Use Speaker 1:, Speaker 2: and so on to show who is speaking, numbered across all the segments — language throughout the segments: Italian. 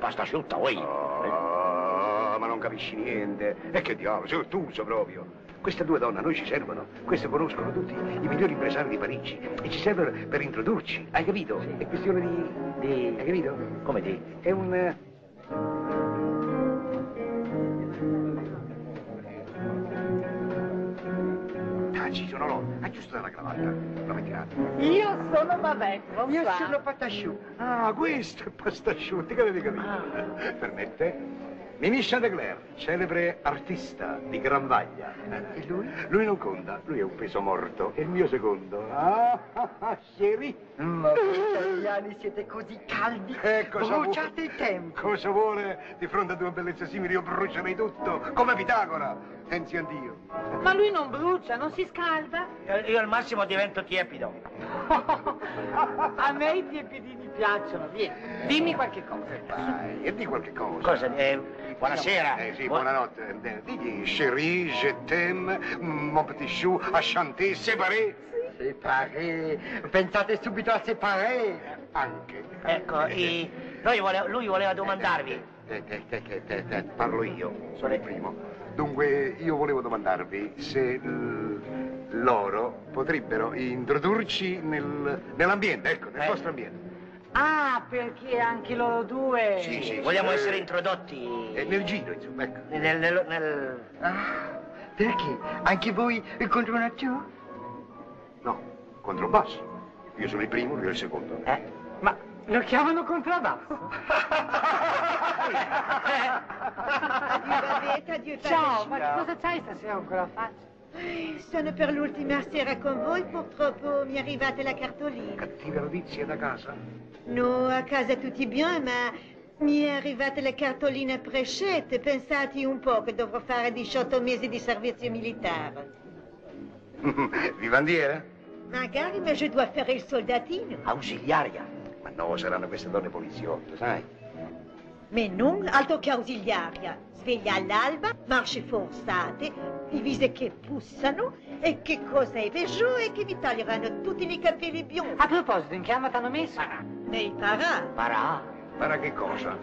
Speaker 1: pasta asciutta, oi. Eh,
Speaker 2: Oh, ma non capisci niente. E che diavolo, sei ottuso proprio. Queste due donne a noi ci servono, queste conoscono tutti i migliori impresari di Parigi e ci servono per introdurci, hai capito? È questione di...
Speaker 1: Di...
Speaker 2: hai capito?
Speaker 1: come di?
Speaker 2: È un... eh, Ah, ci sono loro, aggiusta la cravatta, la metterà.
Speaker 3: Io sono Mavenco,
Speaker 2: Io
Speaker 3: sa.
Speaker 2: sono Patasciù. Ah, questo è Ah. Patasciù, ti avevi capito? Permette? Miniscia De Clare, celebre artista di Gran Vaglia. E lui? Lui non conta, lui è un peso morto, è il mio secondo. Ah, ah, ah,
Speaker 3: Ma voi italiani siete così caldi,
Speaker 2: Ecco,
Speaker 3: bruciate il tempo.
Speaker 2: Cosa vuole? Di fronte a due bellezze simili io brucerei tutto, come Pitagora. Pensi a Dio.
Speaker 4: Ma lui non brucia, non si scalda?
Speaker 1: Eh, Io al massimo divento tiepido.
Speaker 3: A me i tiepidini piacciono, vieni, dimmi qualche cosa.
Speaker 2: Vai, e di qualche cosa.
Speaker 1: Cosa? eh, buonasera.
Speaker 2: Eh sì,
Speaker 1: Bu-
Speaker 2: buonanotte. Eh, Digli, chérie, je t'aime, mon petit chou, enchanté, séparé.
Speaker 3: Separé, pensate subito a separé.
Speaker 2: Eh, Anche.
Speaker 1: Ecco, i- noi vole- lui voleva domandarvi.
Speaker 2: Eh, eh, eh, eh, eh, eh, parlo io, sono
Speaker 1: Sì.
Speaker 2: il primo. Dunque, io volevo domandarvi se eh, loro potrebbero introdurci nel- nell'ambiente, ecco, nel
Speaker 1: Eh.
Speaker 2: vostro ambiente.
Speaker 3: Ah, perché anche loro due.
Speaker 2: Sì, sì.
Speaker 1: Vogliamo
Speaker 2: eh,
Speaker 1: essere introdotti.
Speaker 2: eh, nel giro, insomma, ecco.
Speaker 1: nel, nel- nel-
Speaker 3: Ah, perché? Anche voi contro una giù?
Speaker 2: No, controbasso. Io sono il primo, lui è il secondo.
Speaker 1: eh?
Speaker 3: Ma lo chiamano contrabbasso?
Speaker 5: Aiutate, aiutate.
Speaker 3: Ciao, ma che cosa c'hai stasera con quella faccia?
Speaker 5: Sono per l'ultima sera con voi, purtroppo mi è arrivata la cartolina.
Speaker 2: Cattive notizie da casa?
Speaker 5: No, a casa tutti bien, ma mi è arrivata la cartolina prescette. Pensate un po' che dovrò fare 18 mesi di servizio militare.
Speaker 2: Vivandiera?
Speaker 5: Magari, ma je dois fare il soldatino.
Speaker 1: Ausiliaria.
Speaker 2: Ma no, saranno queste donne poliziotte, sai?
Speaker 5: Ma non altro che ausiliaria. Sveglia all'alba, marce forzate, divise che pussano e che cosa è peggio è che vi taglieranno tutti i capelli biondi.
Speaker 3: A proposito, in che arma t'hanno messo?
Speaker 5: Ne impara,
Speaker 1: Parà.
Speaker 2: Para che cosa?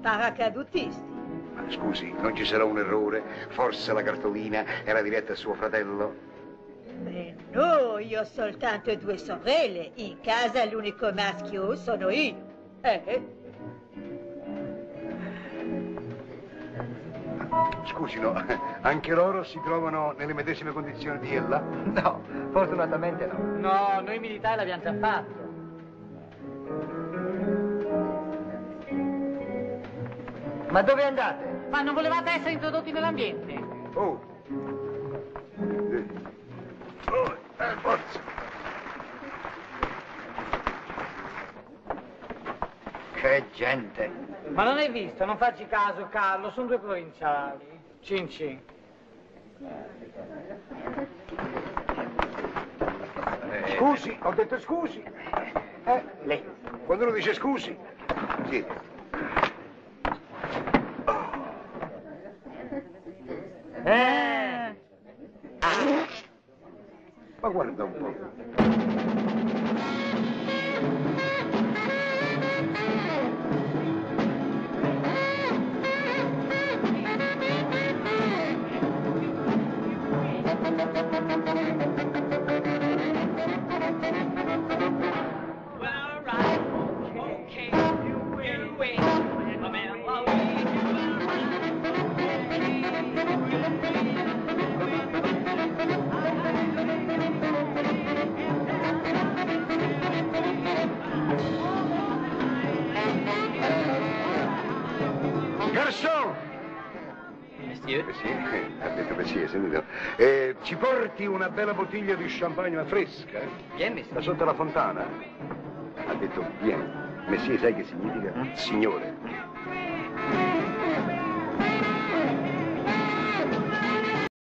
Speaker 5: paracadutisti.
Speaker 2: Ma scusi, non ci sarà un errore? Forse la cartolina era diretta a suo fratello?
Speaker 5: Beh, no, io ho soltanto due sorelle. In casa l'unico maschio sono io. Eh, eh.
Speaker 2: Scusino, anche loro si trovano nelle medesime condizioni di ella?
Speaker 6: No, fortunatamente no.
Speaker 3: No, noi militari l'abbiamo già fatto.
Speaker 6: Ma dove andate?
Speaker 4: Ma non volevate essere introdotti nell'ambiente?
Speaker 2: Oh! Eh. Oh, eh, forza!
Speaker 6: Che gente.
Speaker 3: Ma non hai visto? Non facci caso, Carlo, sono due provinciali. Cin cin.
Speaker 2: Scusi, ho detto scusi.
Speaker 1: Lei.
Speaker 2: Quando uno dice scusi, sì.
Speaker 3: Eh!
Speaker 2: Ma guarda un po'. Garçon! Monsieur? Eh Sì, ha detto messie, sentito. Eh, ci porti una bella bottiglia di champagne ma fresca? eh?
Speaker 6: Vieni, mister.
Speaker 2: Da Mm? sotto la fontana? Ha detto, vieni. Messie, sai che significa? Signore.